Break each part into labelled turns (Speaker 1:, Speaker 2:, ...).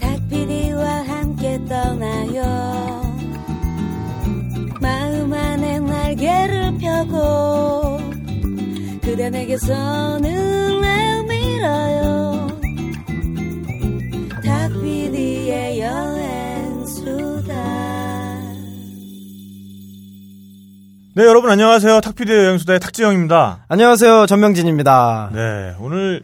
Speaker 1: 닭피디와 함께 떠나요 마음 안에 날개를 펴고 그대 내게 손을 내밀어요 닭피디의 여행수다
Speaker 2: 네, 여러분 안녕하세요. 탁피디의 여행수다의 탁지영입니다.
Speaker 3: 안녕하세요. 전명진입니다.
Speaker 2: 네, 오늘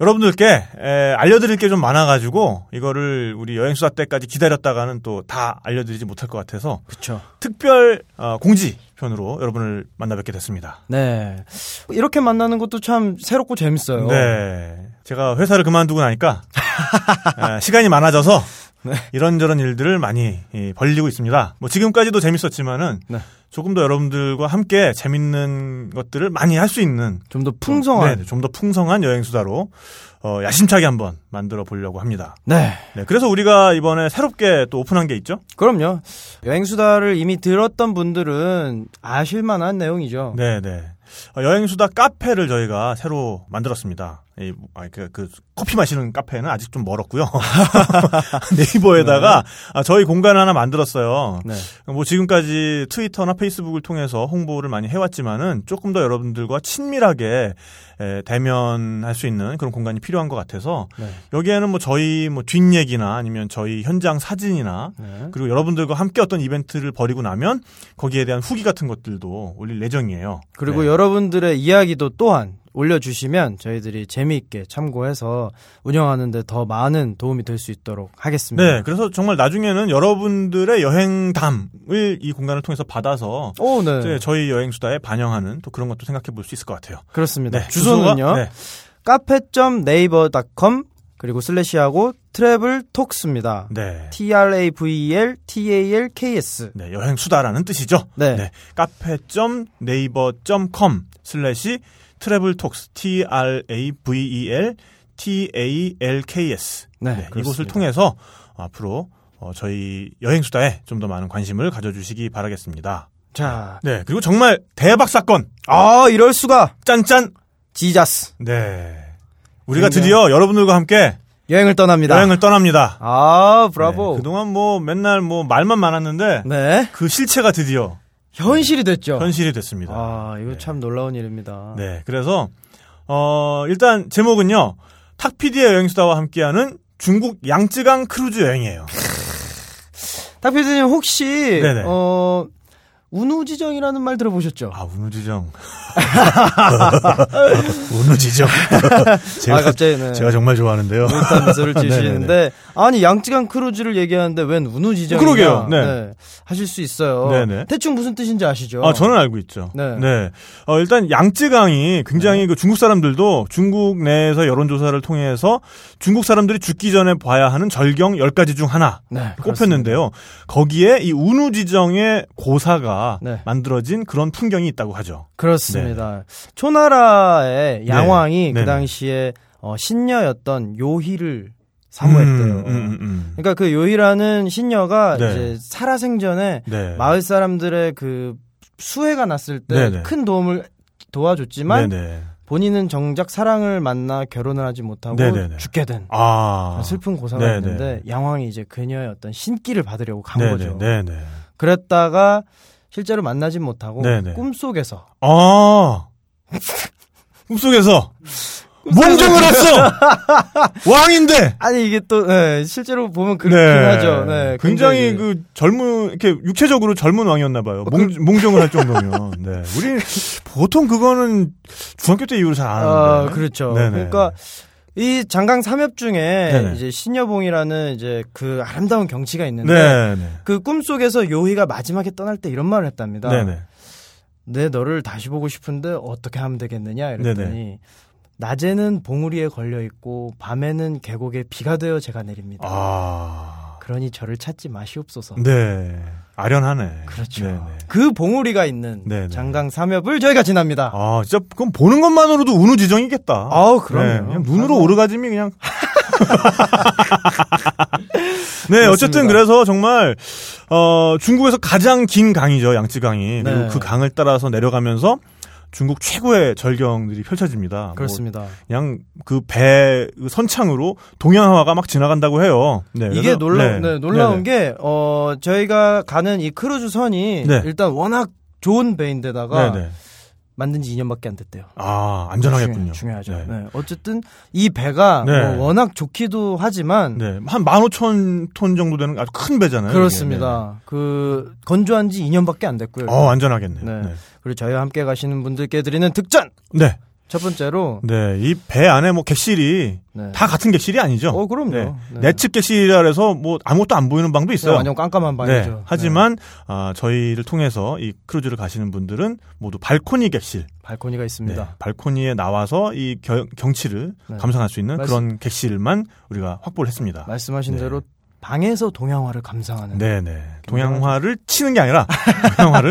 Speaker 2: 여러분들께 에, 알려드릴 게 좀 많아가지고 이거를 우리 여행수다 때까지 기다렸다가는 또 다 알려드리지 못할 것 같아서
Speaker 3: 그렇죠.
Speaker 2: 특별 어, 공지편으로 여러분을 만나 뵙게 됐습니다.
Speaker 3: 네. 이렇게 만나는 것도 참 새롭고 재밌어요.
Speaker 2: 네, 제가 회사를 그만두고 나니까 아, 시간이 많아져서
Speaker 3: 네.
Speaker 2: 이런저런 일들을 많이 이, 벌리고 있습니다. 뭐 지금까지도 재밌었지만은
Speaker 3: 네.
Speaker 2: 조금 더 여러분들과 함께 재밌는 것들을 많이 할 수 있는
Speaker 3: 좀 더 풍성한.
Speaker 2: 네, 좀 더 풍성한 여행 수다로 어, 야심차게 한번 만들어 보려고 합니다.
Speaker 3: 네.
Speaker 2: 네, 그래서 우리가 이번에 새롭게 또 오픈한 게 있죠.
Speaker 3: 그럼요. 여행수다를 이미 들었던 분들은 아실만한 내용이죠.
Speaker 2: 네, 네. 어, 여행 수다 카페를 저희가 새로 만들었습니다. 이, 아, 그, 그 커피 마시는 카페는 아직 좀 멀었고요. 네이버에다가 아, 저희 공간 하나 만들었어요.
Speaker 3: 네.
Speaker 2: 뭐 지금까지 트위터나 페이스북을 통해서 홍보를 많이 해왔지만은 조금 더 여러분들과 친밀하게 에, 대면할 수 있는 그런 공간이 필요한 것 같아서
Speaker 3: 네.
Speaker 2: 여기에는 뭐 저희 뭐 뒷얘기나 아니면 저희 현장 사진이나
Speaker 3: 네.
Speaker 2: 그리고 여러분들과 함께 어떤 이벤트를 벌이고 나면 거기에 대한 후기 같은 것들도 올릴 예정이에요.
Speaker 3: 그리고
Speaker 2: 네.
Speaker 3: 여러분들의 이야기도 또한 올려주시면 저희들이 재미있게 참고해서 운영하는데 더 많은 도움이 될 수 있도록 하겠습니다.
Speaker 2: 네, 그래서 정말 나중에는 여러분들의 여행담을 이 공간을 통해서 받아서
Speaker 3: 오, 네.
Speaker 2: 이제 저희 여행 수다에 반영하는 또 그런 것도 생각해 볼 수 있을 것 같아요.
Speaker 3: 그렇습니다.
Speaker 2: 네,
Speaker 3: 주소는요.
Speaker 2: 주소가- 네.
Speaker 3: 카페.네이버.com 그리고 슬래시하고 트래블 톡스입니다.
Speaker 2: 네.
Speaker 3: T R A V E L T A L K S.
Speaker 2: 네, 여행 수다라는 뜻이죠.
Speaker 3: 네.
Speaker 2: 카페.네이버.com 슬래시 트래블톡스 T R A V E L T A L K S.
Speaker 3: 네,
Speaker 2: 이곳을
Speaker 3: 그렇습니다.
Speaker 2: 통해서 앞으로 어, 저희 여행 수다에 좀 더 많은 관심을 가져주시기 바라겠습니다.
Speaker 3: 자.
Speaker 2: 네, 그리고 정말 대박 사건.
Speaker 3: 아, 이럴 수가.
Speaker 2: 짠짠.
Speaker 3: 지자스.
Speaker 2: 네. 우리가
Speaker 3: 굉장히-
Speaker 2: 드디어 여러분들과 함께
Speaker 3: 여행을 떠납니다.
Speaker 2: 여행을 떠납니다.
Speaker 3: 아, 브라보.
Speaker 2: 네, 그동안 뭐 맨날 뭐 말만 많았는데
Speaker 3: 네.
Speaker 2: 그 실체가 드디어
Speaker 3: 현실이 됐죠.
Speaker 2: 현실이 됐습니다.
Speaker 3: 아, 이거 참 놀라운 일입니다.
Speaker 2: 네, 그래서 어 일단 제목은요 탁피디의 여행수다와 함께하는 중국 양쯔강 크루즈 여행이에요.
Speaker 3: 탁피디님 혹시
Speaker 2: 네네.
Speaker 3: 어 운우지정이라는 말 들어보셨죠?
Speaker 2: 아 운우지정, 운우지정. 제가
Speaker 3: 아, 갑자기 네.
Speaker 2: 제가 네, 정말 좋아하는데요.
Speaker 3: 못한 미소를 지으시는데 아니 양쯔강 크루즈를 얘기하는데 웬 운우지정?
Speaker 2: 그러게요. 네.
Speaker 3: 하실 수 있어요.
Speaker 2: 네네.
Speaker 3: 대충 무슨 뜻인지 아시죠?
Speaker 2: 아 저는 알고 있죠.
Speaker 3: 네.
Speaker 2: 어, 일단 양쯔강이 굉장히 그 중국 사람들도 중국 내에서 여론조사를 통해서 중국 사람들이 죽기 전에 봐야 하는 절경 10가지 중 하나.
Speaker 3: 네,
Speaker 2: 꼽혔는데요. 거기에 이 운우지정의 고사가
Speaker 3: 네.
Speaker 2: 만들어진 그런 풍경이 있다고 하죠.
Speaker 3: 그렇습니다. 초나라의 양왕이
Speaker 2: 네.
Speaker 3: 그
Speaker 2: 네네.
Speaker 3: 당시에 어, 신녀였던 요희를 사모했대요.
Speaker 2: 음, 음, 음, 음.
Speaker 3: 그러니까 그 요희라는 신녀가
Speaker 2: 네.
Speaker 3: 이제 살아생전에
Speaker 2: 네.
Speaker 3: 마을 사람들의 그 수해가 났을 때
Speaker 2: 네네.
Speaker 3: 큰 도움을 도와줬지만
Speaker 2: 네네.
Speaker 3: 본인은 정작 사랑을 만나 결혼을 하지 못하고
Speaker 2: 네네네.
Speaker 3: 죽게 된
Speaker 2: 아.
Speaker 3: 슬픈 고사가
Speaker 2: 네네.
Speaker 3: 있는데 양왕이 이제 그녀의 어떤 신기를 받으려고 간 거죠.
Speaker 2: 네네네.
Speaker 3: 그랬다가 실제로 만나진 못하고
Speaker 2: 네네.
Speaker 3: 꿈속에서
Speaker 2: 아. 꿈속에서 몽정을 했어! 왕인데!
Speaker 3: 아니 이게 또 네, 실제로 보면 그렇긴
Speaker 2: 네.
Speaker 3: 하죠. 네,
Speaker 2: 굉장히, 그 젊은 이렇게 육체적으로 젊은 왕이었나 봐요.
Speaker 3: 뭐
Speaker 2: 몽,
Speaker 3: 그
Speaker 2: 몽정을 할 정도면. 네. 우리 보통 그거는 중학교 때 이후로 잘 안
Speaker 3: 아,
Speaker 2: 하는데.
Speaker 3: 그렇죠.
Speaker 2: 네네.
Speaker 3: 그러니까 이 장강 삼엽 중에
Speaker 2: 네네.
Speaker 3: 이제 신여봉이라는 이제 그 아름다운 경치가 있는데
Speaker 2: 네. 네.
Speaker 3: 그 꿈속에서 요희가 마지막에 떠날 때 이런 말을 했답니다.
Speaker 2: 네네.
Speaker 3: 내 너를 다시 보고 싶은데 어떻게 하면 되겠느냐 이랬더니
Speaker 2: 네네.
Speaker 3: 낮에는 봉우리에 걸려 있고 밤에는 계곡에 비가 되어 제가 내립니다.
Speaker 2: 아.
Speaker 3: 그러니 저를 찾지 마시옵소서.
Speaker 2: 네. 아련하네.
Speaker 3: 그렇죠.
Speaker 2: 네네.
Speaker 3: 그 봉우리가 있는
Speaker 2: 네네.
Speaker 3: 장강 삼엽을 저희가 지납니다.
Speaker 2: 아, 진짜 그럼 보는 것만으로도 운우지정이겠다.
Speaker 3: 아우, 그럼요.
Speaker 2: 네, 그냥 눈으로
Speaker 3: 아,
Speaker 2: 오르가즘이 그냥. 네, 어쨌든 그래서 정말 어, 중국에서 가장 긴 강이죠 양쯔강이.
Speaker 3: 네.
Speaker 2: 그리고 그 강을 따라서 내려가면서 중국 최고의 절경들이 펼쳐집니다. 뭐
Speaker 3: 그렇습니다.
Speaker 2: 그냥 그 배 선창으로 동양화가 막 지나간다고 해요. 네,
Speaker 3: 이게
Speaker 2: 그래서-
Speaker 3: 놀라,
Speaker 2: 네.
Speaker 3: 네,
Speaker 2: 네네.
Speaker 3: 놀라운 게, 어, 저희가 가는 이 크루즈 선이
Speaker 2: 네.
Speaker 3: 일단 워낙 좋은 배인데다가
Speaker 2: 네네.
Speaker 3: 만든 지 2년밖에 안 됐대요.
Speaker 2: 아 안전하겠군요.
Speaker 3: 중요, 하죠
Speaker 2: 네.
Speaker 3: 어쨌든 이 배가
Speaker 2: 네.
Speaker 3: 뭐 워낙 좋기도 하지만
Speaker 2: 네, 한 15,000톤 정도 되는 아주 큰 배잖아요. 이게.
Speaker 3: 그렇습니다. 그 건조한 지 2년밖에 안 됐고요.
Speaker 2: 네. 어, 안전하겠네요.
Speaker 3: 네.
Speaker 2: 네. 네.
Speaker 3: 그리고 저희와 함께 가시는 분들께 드리는 득전!
Speaker 2: 네.
Speaker 3: 첫 번째로
Speaker 2: 이 배 안에 뭐 객실이
Speaker 3: 네.
Speaker 2: 음, 다 같은 객실이 아니죠.
Speaker 3: 어, 그럼요.
Speaker 2: 네.
Speaker 3: 네.
Speaker 2: 내측 객실이라 해서 뭐 아무것도 안 보이는 방도 있어요.
Speaker 3: 완전 깜깜한 방이죠.
Speaker 2: 네. 하지만 아, 저희를 통해서 이 크루즈를 가시는 분들은 모두 발코니 객실,
Speaker 3: 네, 발코니가
Speaker 2: 네.
Speaker 3: 있습니다.
Speaker 2: 발코니에 나와서 이 겨- 경치를
Speaker 3: 네.
Speaker 2: 감상할 수 있는
Speaker 3: 말씀-
Speaker 2: 그런 객실만 우리가 확보를 했습니다.
Speaker 3: 말씀하신
Speaker 2: 네.
Speaker 3: 대로 방에서 동양화를 감상하는
Speaker 2: 네네. 동양화를 치는 게 아니라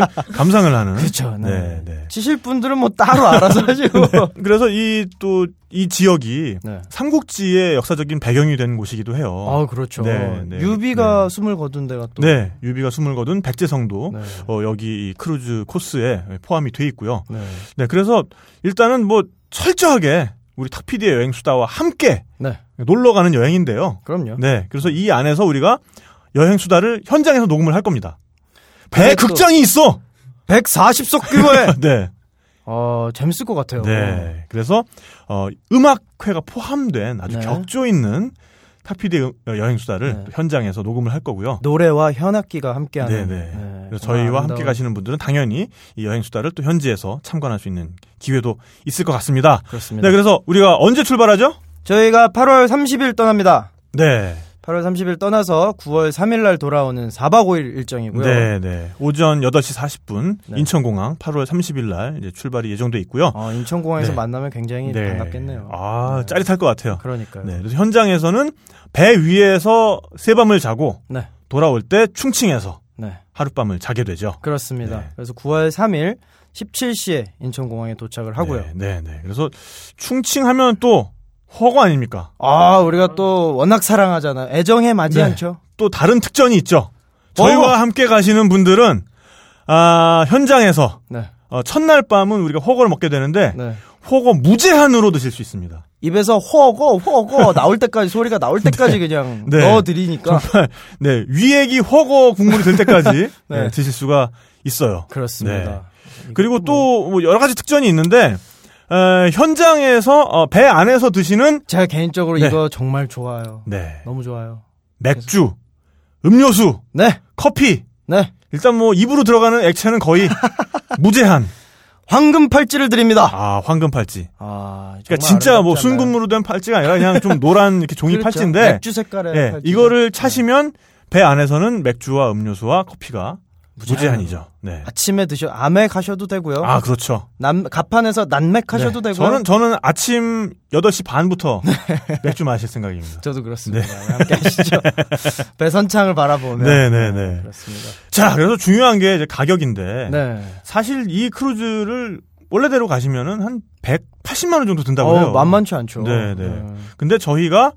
Speaker 2: 동양화를 감상을 하는.
Speaker 3: 그렇죠. 네.
Speaker 2: 네, 네.
Speaker 3: 치실 분들은 뭐 따로 알아서 하시고.
Speaker 2: 그래서 이 또 이 지역이
Speaker 3: 네.
Speaker 2: 삼국지의 역사적인 배경이 된 곳이기도 해요.
Speaker 3: 아 그렇죠.
Speaker 2: 네, 네.
Speaker 3: 유비가
Speaker 2: 네.
Speaker 3: 숨을 거둔 데가 또.
Speaker 2: 네, 유비가 숨을 거둔 백제성도
Speaker 3: 네.
Speaker 2: 어, 여기 이 크루즈 코스에 포함이 돼 있고요.
Speaker 3: 네.
Speaker 2: 네, 그래서 일단은 뭐 철저하게 우리 탁 PD의 여행 수다와 함께
Speaker 3: 네.
Speaker 2: 놀러 가는 여행인데요.
Speaker 3: 그럼요.
Speaker 2: 네, 그래서 이 안에서 우리가 여행 수다를 현장에서 녹음을 할 겁니다. 배
Speaker 3: 근데 또-
Speaker 2: 극장이 있어.
Speaker 3: 140석 규모에.
Speaker 2: 네,
Speaker 3: 어 재밌을 것 같아요.
Speaker 2: 네. 그래서 어, 음악회가 포함된 아주
Speaker 3: 네.
Speaker 2: 격조 있는 탁 PD의 여행 수다를
Speaker 3: 네.
Speaker 2: 또 현장에서 녹음을 할 거고요.
Speaker 3: 노래와 현악기가 함께하는.
Speaker 2: 네네. 그래서
Speaker 3: 정말
Speaker 2: 저희와
Speaker 3: 아름다운-
Speaker 2: 함께 가시는 분들은 당연히 이 여행 수다를 또 현지에서 참관할 수 있는 기회도 있을 것 같습니다.
Speaker 3: 그렇습니다.
Speaker 2: 네, 그래서 우리가 언제 출발하죠?
Speaker 3: 저희가 8월 30일 떠납니다.
Speaker 2: 네,
Speaker 3: 8월 30일 떠나서 9월 3일 날 돌아오는 4박 5일 일정이고요.
Speaker 2: 네, 네. 오전 8시 40분
Speaker 3: 네.
Speaker 2: 인천공항 8월 30일 날 이제 출발이 예정돼 있고요.
Speaker 3: 어, 인천공항에서
Speaker 2: 네.
Speaker 3: 만나면 굉장히 반갑겠네요.
Speaker 2: 아,
Speaker 3: 네.
Speaker 2: 짜릿할 것 같아요.
Speaker 3: 그러니까요.
Speaker 2: 네, 그래서 현장에서는 배 위에서 새밤을 자고
Speaker 3: 네.
Speaker 2: 돌아올 때 충칭에서
Speaker 3: 네.
Speaker 2: 하룻밤을 자게 되죠.
Speaker 3: 그렇습니다.
Speaker 2: 네.
Speaker 3: 그래서 9월 3일 17시에 인천공항에 도착을 하고요.
Speaker 2: 네, 네. 네. 그래서 충칭하면 또 허거 아닙니까?
Speaker 3: 아, 우리가 또 워낙 사랑하잖아요. 애정에 맞지
Speaker 2: 네.
Speaker 3: 않죠?
Speaker 2: 또 다른 특전이 있죠. 저희와 함께 가시는 분들은 아, 현장에서
Speaker 3: 네.
Speaker 2: 어, 첫날 밤은 우리가 허거를 먹게 되는데
Speaker 3: 네.
Speaker 2: 허거 무제한으로 드실 수 있습니다.
Speaker 3: 입에서 허거 허거 나올 때까지 소리가 나올 때까지 그냥
Speaker 2: 네.
Speaker 3: 넣어 드리니까
Speaker 2: 네, 위액이 허거 국물이 될 때까지
Speaker 3: 네.
Speaker 2: 네, 드실 수가 있어요. 네.
Speaker 3: 그렇습니다.
Speaker 2: 그리고 또 뭐 여러 가지 특전이 있는데 에, 현장에서 어, 배 안에서 드시는
Speaker 3: 제가 개인적으로
Speaker 2: 네.
Speaker 3: 이거 정말 좋아요.
Speaker 2: 네,
Speaker 3: 너무 좋아요.
Speaker 2: 맥주, 음료수,
Speaker 3: 네.
Speaker 2: 커피
Speaker 3: 네.
Speaker 2: 일단 뭐 입으로 들어가는 액체는 거의 무제한.
Speaker 3: 황금 팔찌를 드립니다.
Speaker 2: 아 황금 팔찌.
Speaker 3: 아, 정말
Speaker 2: 그러니까 진짜 뭐
Speaker 3: 아름답지 않나요?
Speaker 2: 순금으로 된 팔찌가 아니라 그냥 좀 노란 이렇게 종이
Speaker 3: 그렇죠.
Speaker 2: 팔찌인데
Speaker 3: 맥주 네. 색깔의
Speaker 2: 예,
Speaker 3: 팔찌죠.
Speaker 2: 이거를 차시면 배 안에서는 맥주와 음료수와 커피가 무제한이죠. 네.
Speaker 3: 아침에 드셔 아맥 하셔도 되고요.
Speaker 2: 아 그렇죠.
Speaker 3: 남 가판에서 난맥 하셔도
Speaker 2: 네.
Speaker 3: 되고요. 네.
Speaker 2: 저는 저는 아침 8시 반부터 맥주 마실 생각입니다.
Speaker 3: 저도 그렇습니다. 함께 하시죠. 배선창을 바라보면.
Speaker 2: 네, 네, 네.
Speaker 3: 그렇습니다.
Speaker 2: 자, 그래서 중요한 게 이제 가격인데
Speaker 3: 네.
Speaker 2: 사실 이 크루즈를 원래대로 가시면은 한 180만 원 정도 든다고
Speaker 3: 어,
Speaker 2: 해요.
Speaker 3: 만만치 않죠.
Speaker 2: 아, 네, 네. 근데 저희가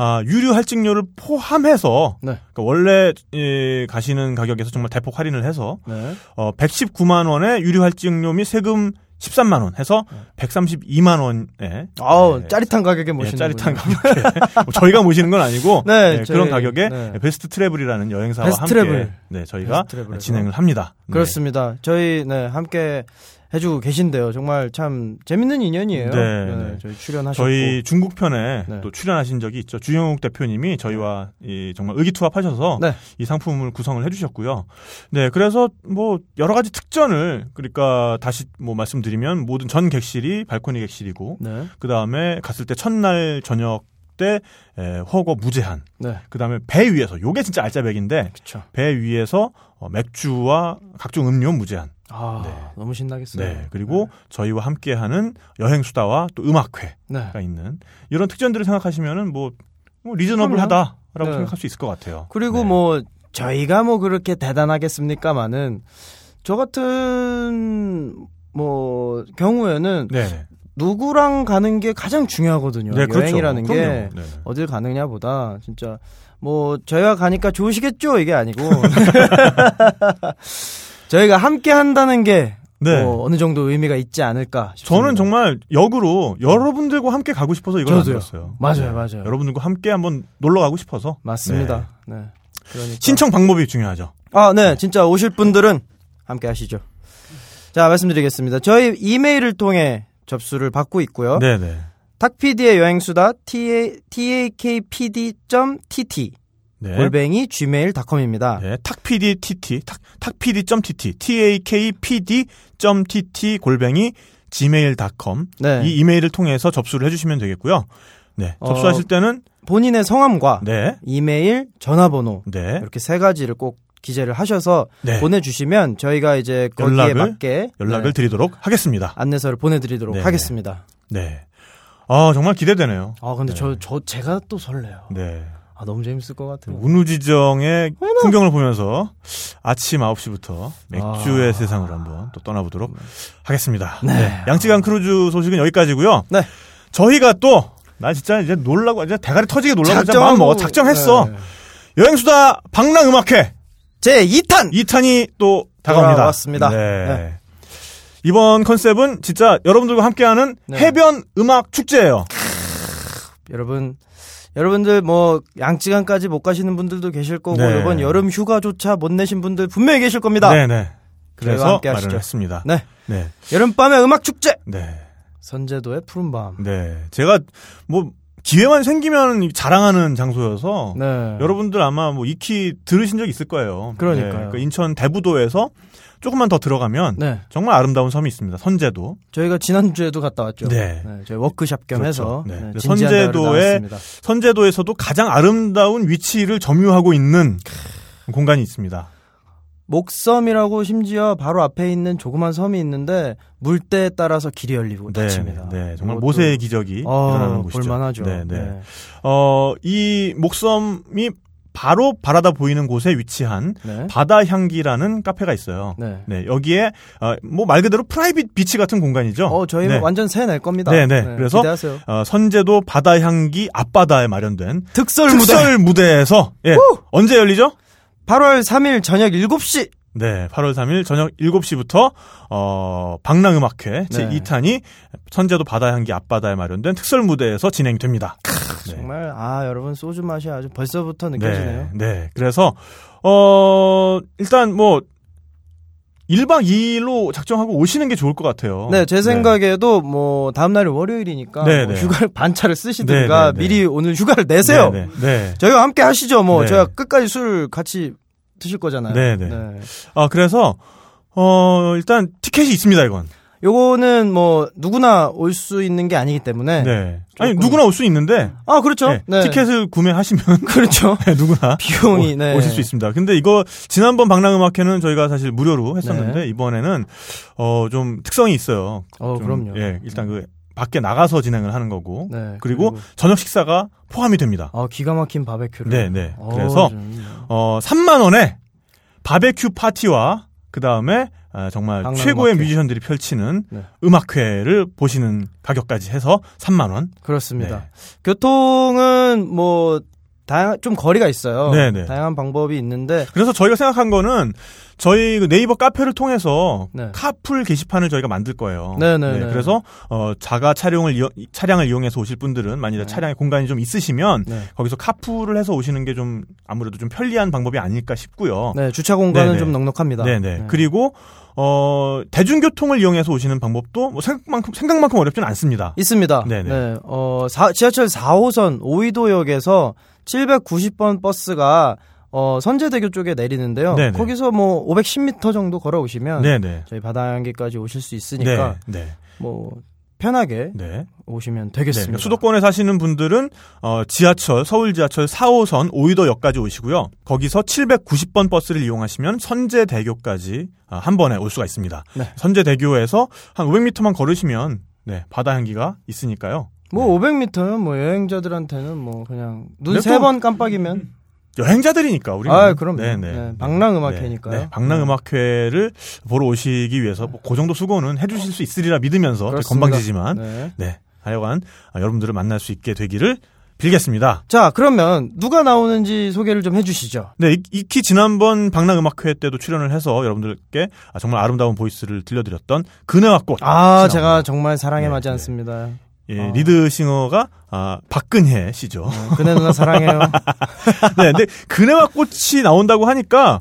Speaker 2: 아, 유류 할증료를 포함해서
Speaker 3: 네.
Speaker 2: 그러니까 원래 예, 가시는 가격에서 정말 대폭 할인을 해서
Speaker 3: 네.
Speaker 2: 어, 119만 원에 유류 할증료 및 세금 13만 원 해서
Speaker 3: 네.
Speaker 2: 132만 원에
Speaker 3: 아우,
Speaker 2: 네.
Speaker 3: 짜릿한 가격에
Speaker 2: 예,
Speaker 3: 모시는
Speaker 2: 짜릿한
Speaker 3: 분이요.
Speaker 2: 가격에 뭐 저희가 모시는 건 아니고
Speaker 3: 네,
Speaker 2: 예,
Speaker 3: 저희-
Speaker 2: 그런 가격에
Speaker 3: 네.
Speaker 2: 베스트 트래블이라는 여행사와
Speaker 3: 베스트
Speaker 2: 함께
Speaker 3: 트래블.
Speaker 2: 네, 저희가
Speaker 3: 베스트 트래블에서.
Speaker 2: 진행을 합니다. 네.
Speaker 3: 그렇습니다. 저희 네, 함께 해주고 계신데요. 정말 참 재밌는 인연이에요.
Speaker 2: 네, 네.
Speaker 3: 저희 출연하셨고.
Speaker 2: 저희 중국 편에
Speaker 3: 네.
Speaker 2: 또 출연하신 적이 있죠. 주영욱 대표님이 저희와 이 정말 의기투합하셔서
Speaker 3: 네.
Speaker 2: 이 상품을 구성을 해주셨고요. 네, 그래서 뭐 여러 가지 특전을 그러니까 다시 뭐 말씀드리면 모든 전 객실이 발코니 객실이고
Speaker 3: 네.
Speaker 2: 그 다음에 갔을 때 첫날 저녁 때 에, 허거 무제한.
Speaker 3: 네.
Speaker 2: 그 다음에 배 위에서 요게 진짜 알짜배기인데
Speaker 3: 그렇죠.
Speaker 2: 배 위에서 어, 맥주와 각종 음료 무제한.
Speaker 3: 아,
Speaker 2: 네.
Speaker 3: 너무 신나겠어요.
Speaker 2: 네, 그리고 저희와 함께하는 여행 수다와 또 음악회.
Speaker 3: 네.
Speaker 2: 가 있는 이런 특전들을 생각하시면은 뭐, 뭐 리즈너블하다라고
Speaker 3: 그럼요. 네.
Speaker 2: 생각할 수 있을 것 같아요.
Speaker 3: 그리고
Speaker 2: 네.
Speaker 3: 뭐 저희가 뭐 그렇게 대단하겠습니까마는 저 같은 뭐 경우에는
Speaker 2: 네, 네,
Speaker 3: 누구랑 가는 게 가장 중요하거든요.
Speaker 2: 네, 그렇죠.
Speaker 3: 여행이라는 게
Speaker 2: 그럼요. 네.
Speaker 3: 어딜 가느냐보다 진짜 뭐 저희가 가니까 좋으시겠죠 이게 아니고 저희가 함께 한다는 게
Speaker 2: 네.
Speaker 3: 뭐 어느 정도 의미가 있지 않을까 싶습니다.
Speaker 2: 저는 정말 역으로 여러분들과 함께 가고 싶어서 이걸
Speaker 3: 저도요.
Speaker 2: 만들었어요. 네.
Speaker 3: 맞아요, 맞아요.
Speaker 2: 여러분들과 함께 한번 놀러 가고 싶어서.
Speaker 3: 맞습니다. 네. 그러니까.
Speaker 2: 신청 방법이 중요하죠.
Speaker 3: 아, 네. 진짜 오실 분들은 함께 하시죠. 자, 말씀드리겠습니다. 저희 이메일을 통해 접수를 받고 있고요.
Speaker 2: 네네.
Speaker 3: 탁PD의 여행수다 takpd.tt
Speaker 2: 네.
Speaker 3: 골뱅이 gmail.com입니다.
Speaker 2: 네, 탁pdtt, 탁, 탁pd.tt, takpd.tt 골뱅이 gmail.com
Speaker 3: 네.
Speaker 2: 이 이메일을 통해서 접수를 해주시면 되겠고요. 네,
Speaker 3: 어,
Speaker 2: 접수하실 때는
Speaker 3: 본인의 성함과
Speaker 2: 네,
Speaker 3: 이메일, 전화번호
Speaker 2: 네,
Speaker 3: 이렇게 세 가지를 꼭 기재를 하셔서
Speaker 2: 네,
Speaker 3: 보내주시면 저희가 이제 거기에
Speaker 2: 연락을-
Speaker 3: 맞게
Speaker 2: 연락을
Speaker 3: 네,
Speaker 2: 드리도록 하겠습니다.
Speaker 3: 안내서를 보내드리도록
Speaker 2: 네.
Speaker 3: 하겠습니다.
Speaker 2: 네, 아 정말 기대되네요.
Speaker 3: 아 근데
Speaker 2: 네.
Speaker 3: 저 저 제가 또 설레요.
Speaker 2: 네, 음,
Speaker 3: 아 너무 재밌을 것 같아요.
Speaker 2: 운우지정의 풍경을 보면서 아침 9시부터 맥주의
Speaker 3: 아.
Speaker 2: 세상으로 한번 또 떠나보도록 하겠습니다.
Speaker 3: 네.
Speaker 2: 양치간 크루즈 소식은 여기까지고요.
Speaker 3: 네.
Speaker 2: 저희가 또 나 진짜 이제 놀라고 이제 대가리 터지게 놀라고 진짜 마음 먹어 작정했어.
Speaker 3: 네.
Speaker 2: 여행수다 방랑 음악회
Speaker 3: 제 2탄
Speaker 2: 2탄이 또 다가옵니다.
Speaker 3: 돌아왔습니다.
Speaker 2: 네.
Speaker 3: 네.
Speaker 2: 이번 컨셉은 진짜 여러분들과 함께하는
Speaker 3: 네.
Speaker 2: 해변 음악 축제예요.
Speaker 3: 여러분 여러분들 뭐 양치간까지 못 가시는 분들도 계실 거고
Speaker 2: 네.
Speaker 3: 이번 여름 휴가조차 못 내신 분들 분명히 계실 겁니다.
Speaker 2: 네, 네. 그래서
Speaker 3: 함께 하시죠.
Speaker 2: 마련을 했습니다.
Speaker 3: 네.
Speaker 2: 네.
Speaker 3: 여름밤의 음악 축제
Speaker 2: 네.
Speaker 3: 선제도의 푸른밤.
Speaker 2: 네. 제가 뭐 기회만 생기면 자랑하는 장소여서
Speaker 3: 네.
Speaker 2: 여러분들 아마 뭐 익히 들으신 적 있을 거예요.
Speaker 3: 그러니까요.
Speaker 2: 그 인천 대부도에서 조금만 더 들어가면
Speaker 3: 네.
Speaker 2: 정말 아름다운 섬이 있습니다. 선제도.
Speaker 3: 저희가 지난주에도 갔다 왔죠.
Speaker 2: 네.
Speaker 3: 저희 워크샵 겸 해서
Speaker 2: 그렇죠. 네.
Speaker 3: 네,
Speaker 2: 그
Speaker 3: 진지한 대화를
Speaker 2: 선제도의
Speaker 3: 나눴습니다.
Speaker 2: 선제도에서도 가장 아름다운 위치를 점유하고 있는 공간이 있습니다.
Speaker 3: 목섬이라고 심지어 바로 앞에 있는 조그만 섬이 있는데 물때에 따라서 길이 열리고 닫힙니다.
Speaker 2: 네, 정말
Speaker 3: 이것도-
Speaker 2: 모세의 기적이
Speaker 3: 어,
Speaker 2: 일어나는 곳이죠.
Speaker 3: 볼만하죠.
Speaker 2: 네, 네.
Speaker 3: 네.
Speaker 2: 어, 이 목섬이 바로 바라다 보이는 곳에 위치한
Speaker 3: 네.
Speaker 2: 바다 향기라는 카페가 있어요.
Speaker 3: 네.
Speaker 2: 네, 여기에 뭐 말 그대로 프라이빗 비치 같은 공간이죠.
Speaker 3: 어, 저희는
Speaker 2: 네.
Speaker 3: 완전 새 낼 겁니다.
Speaker 2: 네, 네. 그래서
Speaker 3: 기대하세요.
Speaker 2: 어, 선제도 바다 향기 앞바다에 마련된
Speaker 3: 특설 무대
Speaker 2: 특설 무대에서 예. 언제 열리죠?
Speaker 3: 8월 3일 저녁 7시.
Speaker 2: 네, 8월 3일 저녁 7시부터 어 방랑음악회 제
Speaker 3: 네.
Speaker 2: 2탄이 선제도 바다 향기 앞바다에 마련된 특설 무대에서 진행됩니다. 네.
Speaker 3: 정말 아, 여러분 소주 맛이 아주 벌써부터 느껴지네요.
Speaker 2: 네, 네. 그래서 어 일단 뭐 1박 2일로 작정하고 오시는 게 좋을 것 같아요.
Speaker 3: 네, 제 생각에도 뭐 다음 날이 월요일이니까
Speaker 2: 어, 네,
Speaker 3: 뭐
Speaker 2: 네.
Speaker 3: 휴가를 반차를
Speaker 2: 네, 네,
Speaker 3: 쓰시든가
Speaker 2: 네.
Speaker 3: 미리 오늘 휴가를 내세요.
Speaker 2: 네, 네. 네.
Speaker 3: 저희와 함께 하시죠. 뭐
Speaker 2: 네.
Speaker 3: 저희가 끝까지 술 같이 드실 거잖아요.
Speaker 2: 네, 네. 아, 그래서 어 일단 티켓이 있습니다, 이건.
Speaker 3: 요거는 뭐 누구나 올 수 있는 게 아니기 때문에
Speaker 2: 네. 아니
Speaker 3: 조금-
Speaker 2: 누구나 올 수 있는데
Speaker 3: 아 그렇죠.
Speaker 2: 네, 티켓을 구매하시면
Speaker 3: 그렇죠.
Speaker 2: 네, 누구나
Speaker 3: 비용이 네.
Speaker 2: 오실 수 있습니다. 근데 이거 지난번 방랑음악회는 저희가 사실 무료로 했었는데 이번에는 어 좀 특성이 있어요.
Speaker 3: 네. 어
Speaker 2: 좀,
Speaker 3: 그럼요.
Speaker 2: 예, 일단 그 밖에 나가서 진행을 하는 거고
Speaker 3: 네.
Speaker 2: 그리고, 저녁 식사가 포함이 됩니다.
Speaker 3: 아 기가 막힌 바베큐를.
Speaker 2: 네, 네.
Speaker 3: 어,
Speaker 2: 그래서
Speaker 3: 좀-
Speaker 2: 어 3만 원에 바베큐 파티와 그 다음에 정말
Speaker 3: 방랑음악회.
Speaker 2: 최고의 뮤지션들이 펼치는
Speaker 3: 네.
Speaker 2: 음악회를 보시는 가격까지 해서 3만 원.
Speaker 3: 그렇습니다.
Speaker 2: 네.
Speaker 3: 교통은 뭐 다양 좀 거리가 있어요.
Speaker 2: 네, 네.
Speaker 3: 다양한 방법이 있는데
Speaker 2: 그래서 저희가 생각한 거는 저희 그 네이버 카페를 통해서
Speaker 3: 네.
Speaker 2: 카풀 게시판을 저희가 만들 거예요.
Speaker 3: 네네네.
Speaker 2: 그래서 어, 자가 차량을 이용, 차량을 이용해서 오실 분들은 만일에
Speaker 3: 네.
Speaker 2: 차량에 공간이 좀 있으시면
Speaker 3: 네.
Speaker 2: 거기서 카풀을 해서 오시는 게 좀 아무래도 좀 편리한 방법이 아닐까 싶고요.
Speaker 3: 네, 주차
Speaker 2: 네,
Speaker 3: 공간은
Speaker 2: 네.
Speaker 3: 좀 넉넉합니다.
Speaker 2: 네네. 그리고 어, 대중교통을 이용해서 오시는 방법도 뭐 생각만큼 생각만큼 어렵지는 않습니다.
Speaker 3: 있습니다.
Speaker 2: 네, 네.
Speaker 3: 네, 어, 사- 지하철 4호선 오이도역에서 790번 버스가 어, 선제대교 쪽에 내리는데요.
Speaker 2: 네, 네.
Speaker 3: 거기서 뭐 510m 정도 걸어오시면
Speaker 2: 네네.
Speaker 3: 저희 바다향기까지 오실 수 예. 있으니까
Speaker 2: 네. 네.
Speaker 3: 뭐 편하게
Speaker 2: 네.
Speaker 3: 오시면
Speaker 2: 네,
Speaker 3: 되겠습니다.
Speaker 2: 그러니까 수도권에 사시는 분들은 어, 지하철 서울 지하철 4호선 오이도역까지 오시고요. 거기서 790번 버스를 이용하시면 선제대교까지 아, 한 번에 올 수가 있습니다.
Speaker 3: 네.
Speaker 2: 선제대교에서 한 500m만 걸으시면 네, 바다 향기가 있으니까요.
Speaker 3: 뭐 500m면 뭐 여행자들한테는 뭐 그냥 눈
Speaker 2: 근데
Speaker 3: 세
Speaker 2: 또-
Speaker 3: 번 깜빡이면
Speaker 2: 여행자들이니까 우리는
Speaker 3: 아, 그럼요.
Speaker 2: 네네.
Speaker 3: 네, 방랑음악회니까요.
Speaker 2: 네, 네, 방랑음악회를 보러 오시기 위해서 뭐그 정도 수고는 해주실 수 있으리라 믿으면서 또
Speaker 3: 그렇습니다.
Speaker 2: 건방지지만
Speaker 3: 네.
Speaker 2: 네. 하여간 아, 여러분들을 만날 수 있게 되기를 빌겠습니다.
Speaker 3: 자, 그러면 누가 나오는지 소개를 좀 해주시죠.
Speaker 2: 네, 익- 익히 지난번 방랑음악회 때도 출연을 해서 여러분들께 아, 정말 아름다운 보이스를 들려드렸던 그네와 꽃.
Speaker 3: 아,
Speaker 2: 혹시
Speaker 3: 제가 정말 사랑에
Speaker 2: 네,
Speaker 3: 맞지
Speaker 2: 네.
Speaker 3: 않습니다.
Speaker 2: 예,
Speaker 3: 어.
Speaker 2: 리드싱어가 아, 박근혜 씨죠.
Speaker 3: 그네 누나 사랑해요.
Speaker 2: 네, 근데 그네와 꽃이 나온다고 하니까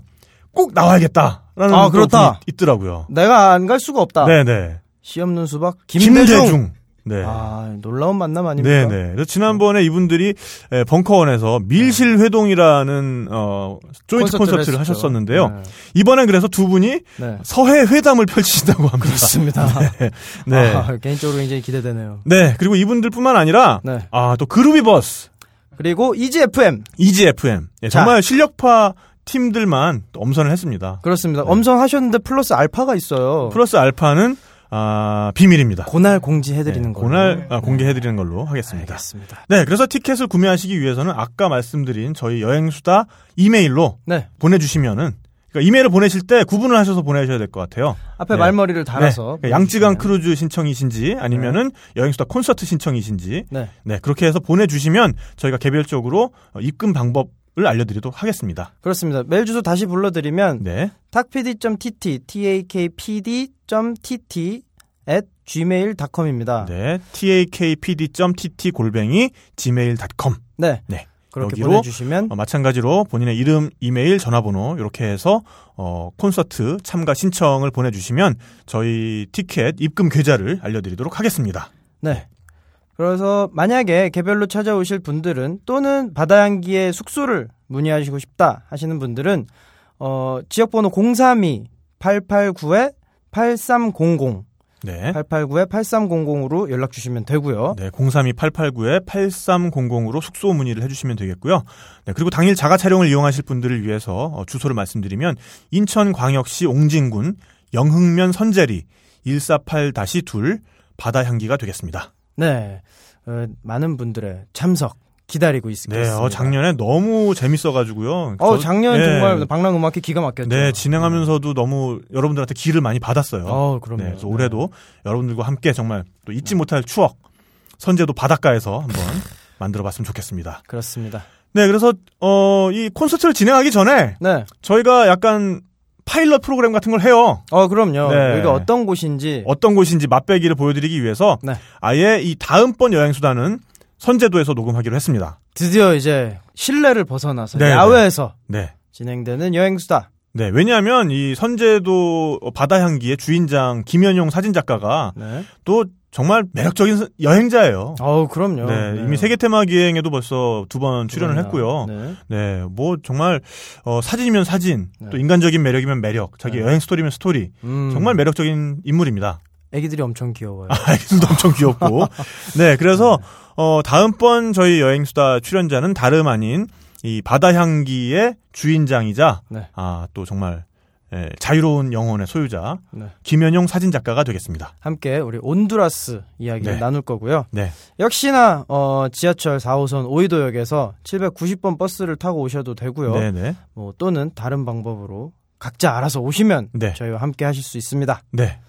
Speaker 2: 꼭 나와야겠다라는
Speaker 3: 아,
Speaker 2: 또
Speaker 3: 그렇다.
Speaker 2: 분이 있더라고요.
Speaker 3: 내가 안 갈 수가 없다.
Speaker 2: 네, 네.
Speaker 3: 시 없는 수박 김대중.
Speaker 2: 김대중. 네.
Speaker 3: 아, 놀라운 만남
Speaker 2: 네,
Speaker 3: 아닙니까?
Speaker 2: 네. 그래서 지난번에 이분들이 에, 벙커원에서 밀실 회동이라는 어 조인트 콘서트를
Speaker 3: 네. 했었죠.
Speaker 2: 하셨었는데요.
Speaker 3: 네.
Speaker 2: 이번엔 그래서 두 분이
Speaker 3: 네.
Speaker 2: 서해 회담을 펼치신다고 합니다.
Speaker 3: 그렇습니다.
Speaker 2: 네.
Speaker 3: 아, 개인적으로 굉장히 기대되네요.
Speaker 2: 네. 그리고 이분들뿐만 아니라
Speaker 3: 네.
Speaker 2: 아, 또 그루비버스,
Speaker 3: 그리고 EGFM.
Speaker 2: EGFM. 예,
Speaker 3: 자.
Speaker 2: 정말 실력파 팀들만 또 엄선을 했습니다.
Speaker 3: 그렇습니다. 엄선하셨는데 플러스 알파가 있어요.
Speaker 2: 네. 플러스 알파는 아, 비밀입니다.
Speaker 3: 고날 공지해드리는
Speaker 2: 예,
Speaker 3: 거.
Speaker 2: 고날 아, 공개해드리는 걸로 하겠습니다.
Speaker 3: 알겠습니다.
Speaker 2: 네, 그래서 티켓을 구매하시기 위해서는 아까 말씀드린 저희 여행수다 이메일로
Speaker 3: 네.
Speaker 2: 보내주시면은 그러니까 이메일을 보내실 때 구분을 하셔서 보내셔야 될 것 같아요.
Speaker 3: 앞에
Speaker 2: 네.
Speaker 3: 말머리를 달아서.
Speaker 2: 네, 양쯔강 크루즈 신청이신지 아니면은 여행수다 콘서트 신청이신지
Speaker 3: 네.
Speaker 2: 네 그렇게 해서 보내주시면 저희가 개별적으로 어, 입금 방법을 알려드리도록 하겠습니다.
Speaker 3: 그렇습니다. 메일 주소 다시 불러드리면
Speaker 2: 네,
Speaker 3: takpd.tt, takpd.tt at gmail.com입니다. 네.
Speaker 2: 네 takpd.tt 골뱅이 gmail.com 네,
Speaker 3: 그렇게
Speaker 2: 여기로
Speaker 3: 보내주시면
Speaker 2: 어, 마찬가지로 본인의 이름, 이메일, 전화번호 이렇게 해서 어, 콘서트 참가 신청을 보내주시면 저희 티켓 입금 계좌를 알려드리도록 하겠습니다.
Speaker 3: 네. 그래서 만약에 개별로 찾아오실 분들은 또는 바다향기의 숙소를 문의하시고 싶다 하시는 분들은 어, 지역번호 032 889에 8300
Speaker 2: 네.
Speaker 3: 889에 8300으로 연락 주시면 되고요.
Speaker 2: 네, 032-889-8300으로 숙소 문의를 해주시면 되겠고요. 네, 그리고 당일 자가 촬영을 이용하실 분들을 위해서 어, 주소를 말씀드리면 인천광역시 옹진군 영흥면 선재리 148-2 바다 향기가 되겠습니다.
Speaker 3: 네. 어, 많은 분들의 참석 기다리고 있겠습니다.
Speaker 2: 네, 어, 작년에 너무 재밌어가지고요.
Speaker 3: 어,
Speaker 2: 저-
Speaker 3: 작년
Speaker 2: 네.
Speaker 3: 정말 방랑음악회 기가 막혔죠.
Speaker 2: 네, 진행하면서도 너무 여러분들한테 기를 많이 받았어요.
Speaker 3: 어, 그럼요.
Speaker 2: 네, 그래서 올해도 여러분들과 함께 정말 또 잊지 못할 추억, 선제도 바닷가에서 한번 만들어 봤으면 좋겠습니다.
Speaker 3: 그렇습니다.
Speaker 2: 네, 그래서, 어, 이 콘서트를 진행하기 전에
Speaker 3: 네.
Speaker 2: 저희가 약간 파일럿 프로그램 같은 걸 해요.
Speaker 3: 어, 그럼요.
Speaker 2: 네.
Speaker 3: 여기가 어떤 곳인지
Speaker 2: 어떤 곳인지 맛배기를 보여드리기 위해서
Speaker 3: 네.
Speaker 2: 아예 이 다음번 여행수단은 선제도에서 녹음하기로 했습니다.
Speaker 3: 드디어 이제 실내를 벗어나서
Speaker 2: 네,
Speaker 3: 야외에서
Speaker 2: 네.
Speaker 3: 진행되는 여행수다.
Speaker 2: 네, 왜냐하면 이 선제도 바다 향기의 주인장 김현용 사진작가가
Speaker 3: 네.
Speaker 2: 또 정말 매력적인 선- 여행자예요.
Speaker 3: 어우, 그럼요.
Speaker 2: 네, 이미 세계 테마 기행에도 벌써 두 번 출연을
Speaker 3: 그럼요.
Speaker 2: 했고요. 네,
Speaker 3: 네.
Speaker 2: 뭐 정말 어, 사진이면 사진,
Speaker 3: 네.
Speaker 2: 또 인간적인 매력이면 매력, 자기
Speaker 3: 네.
Speaker 2: 여행 스토리면 스토리,
Speaker 3: 음,
Speaker 2: 정말 매력적인 인물입니다.
Speaker 3: 애기들이 엄청 귀여워요.
Speaker 2: 아이들도 엄청 귀엽고, 네, 그래서 어, 다음번 저희 여행 수다 출연자는 다름 아닌 이 바다 향기의 주인장이자
Speaker 3: 네.
Speaker 2: 아, 또 정말 예, 자유로운 영혼의 소유자
Speaker 3: 네.
Speaker 2: 김현용 사진 작가가 되겠습니다.
Speaker 3: 함께 우리 온두라스 이야기를
Speaker 2: 네.
Speaker 3: 나눌 거고요.
Speaker 2: 네,
Speaker 3: 역시나 어, 지하철 4호선 오이도역에서 790번 버스를 타고 오셔도 되고요.
Speaker 2: 네, 네.
Speaker 3: 뭐 또는 다른 방법으로 각자 알아서 오시면
Speaker 2: 네.
Speaker 3: 저희와 함께 하실 수 있습니다.
Speaker 2: 네.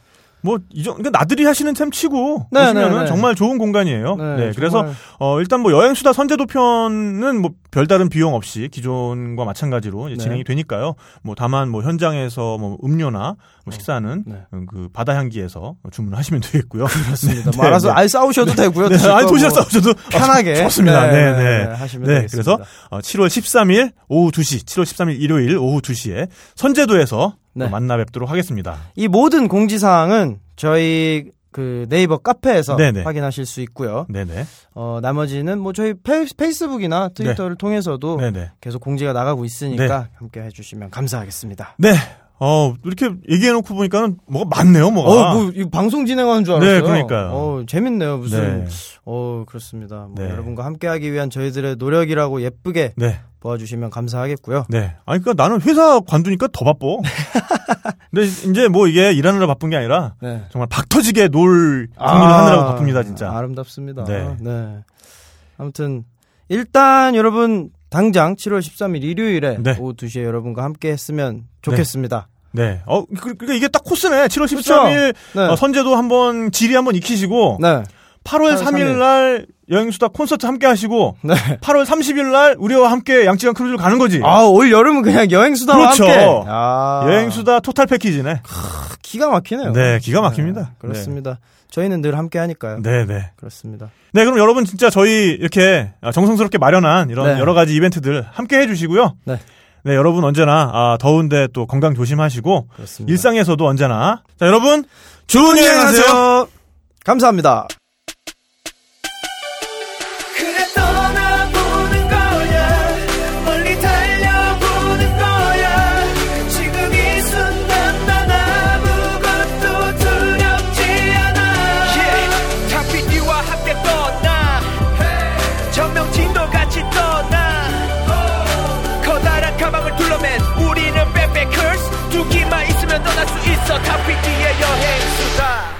Speaker 2: 뭐, 이 정도, 그러니까 나들이 하시는 셈 치고,
Speaker 3: 네,
Speaker 2: 보시면은
Speaker 3: 네, 네.
Speaker 2: 정말 좋은 공간이에요. 네.
Speaker 3: 정말
Speaker 2: 그래서, 어, 일단 뭐 여행수다 선제도 편은 뭐 별다른 비용 없이 기존과 마찬가지로 이제
Speaker 3: 네.
Speaker 2: 진행이 되니까요. 뭐 다만 뭐 현장에서 뭐 음료나 뭐 식사는
Speaker 3: 네.
Speaker 2: 음, 그 바다 향기에서 주문을 하시면 되겠고요. 그렇습니다.
Speaker 3: 뭐 알아서 아예 싸우셔도 되고요.
Speaker 2: 네,
Speaker 3: 드실
Speaker 2: 아니
Speaker 3: 거
Speaker 2: 도시락
Speaker 3: 뭐
Speaker 2: 싸우셔도
Speaker 3: 편하게
Speaker 2: 아, 좋- 좋습니다. 네, 네.
Speaker 3: 하시면
Speaker 2: 네,
Speaker 3: 되겠습니다.
Speaker 2: 그래서 어, 7월 13일 오후 2시, 7월 13일 일요일 오후 2시에 선제도에서
Speaker 3: 네.
Speaker 2: 어, 만나 뵙도록 하겠습니다.
Speaker 3: 이 모든 공지 사항은 저희 그 네이버 카페에서
Speaker 2: 네네.
Speaker 3: 확인하실 수 있고요.
Speaker 2: 네네.
Speaker 3: 어, 나머지는 뭐 저희 페, 이스북이나 트위터를 통해서도
Speaker 2: 네네.
Speaker 3: 계속 공지가 나가고 있으니까 함께 해주시면 감사하겠습니다.
Speaker 2: 네. 어, 이렇게 얘기해놓고 보니까는 뭐가 많네요, 뭐가.
Speaker 3: 어, 뭐, 이 방송 진행하는 줄
Speaker 2: 아. 네,
Speaker 3: 알았어요.
Speaker 2: 그러니까요.
Speaker 3: 어, 재밌네요. 무슨.
Speaker 2: 네.
Speaker 3: 어, 그렇습니다. 뭐
Speaker 2: 네.
Speaker 3: 여러분과 함께하기 위한 저희들의 노력이라고 예쁘게
Speaker 2: 네.
Speaker 3: 보아주시면 감사하겠고요.
Speaker 2: 네. 아니, 그니까 나는 회사 관두니까 더 바빠. 근데 이제 뭐 이게 일하느라 바쁜 게 아니라
Speaker 3: 네.
Speaker 2: 정말 박 터지게 놀
Speaker 3: 아,
Speaker 2: 정리를 하느라고 바쁩니다, 진짜.
Speaker 3: 아름답습니다.
Speaker 2: 네.
Speaker 3: 네. 아무튼 일단 여러분 당장 7월 13일 일요일에
Speaker 2: 네.
Speaker 3: 오후 2시에 여러분과 함께 했으면 좋겠습니다.
Speaker 2: 네. 어, 그- 그러니까 이게 딱 코스네. 7월 13일
Speaker 3: 그쵸? 네.
Speaker 2: 선제도 한번 지리 한번 익히시고
Speaker 3: 네.
Speaker 2: 8월
Speaker 3: 8월 3일.
Speaker 2: 3일 날 여행수다 콘서트 함께 하시고
Speaker 3: 네.
Speaker 2: 8월 30일 날 우리와 함께 양치간 크루즈를 가는 거지.
Speaker 3: 아, 올 여름은 그냥 여행 수다와
Speaker 2: 예. 그렇죠.
Speaker 3: 함께. 아,
Speaker 2: 여행 수다 토탈 패키지네.
Speaker 3: 기가 막히네요.
Speaker 2: 네, 기가 막힙니다.
Speaker 3: 그렇습니다. 저희는 늘 함께 하니까요.
Speaker 2: 네, 네.
Speaker 3: 그렇습니다.
Speaker 2: 네, 그럼 여러분 진짜 저희 이렇게 아, 정성스럽게 마련한 이런
Speaker 3: 네.
Speaker 2: 여러 가지 이벤트들 함께 해주시고요.
Speaker 3: 네.
Speaker 2: 네, 여러분 언제나 아, 더운데 또 건강 조심하시고
Speaker 3: 그렇습니다.
Speaker 2: 일상에서도 언제나 자 여러분 좋은 여행 하세요.
Speaker 3: 감사합니다.
Speaker 4: 그래 떠나보는 거야 멀리 달려보는 거야 지금 이 순간 난 아무것도 두렵지 않아 달빛 위와 함께 떠나 전명진도 같이 떠나 Oh. 커다란 가방을 둘러맨 우리는 백패커스 두 끼만 있으면 떠날 수 있어 달빛 위의 여행수다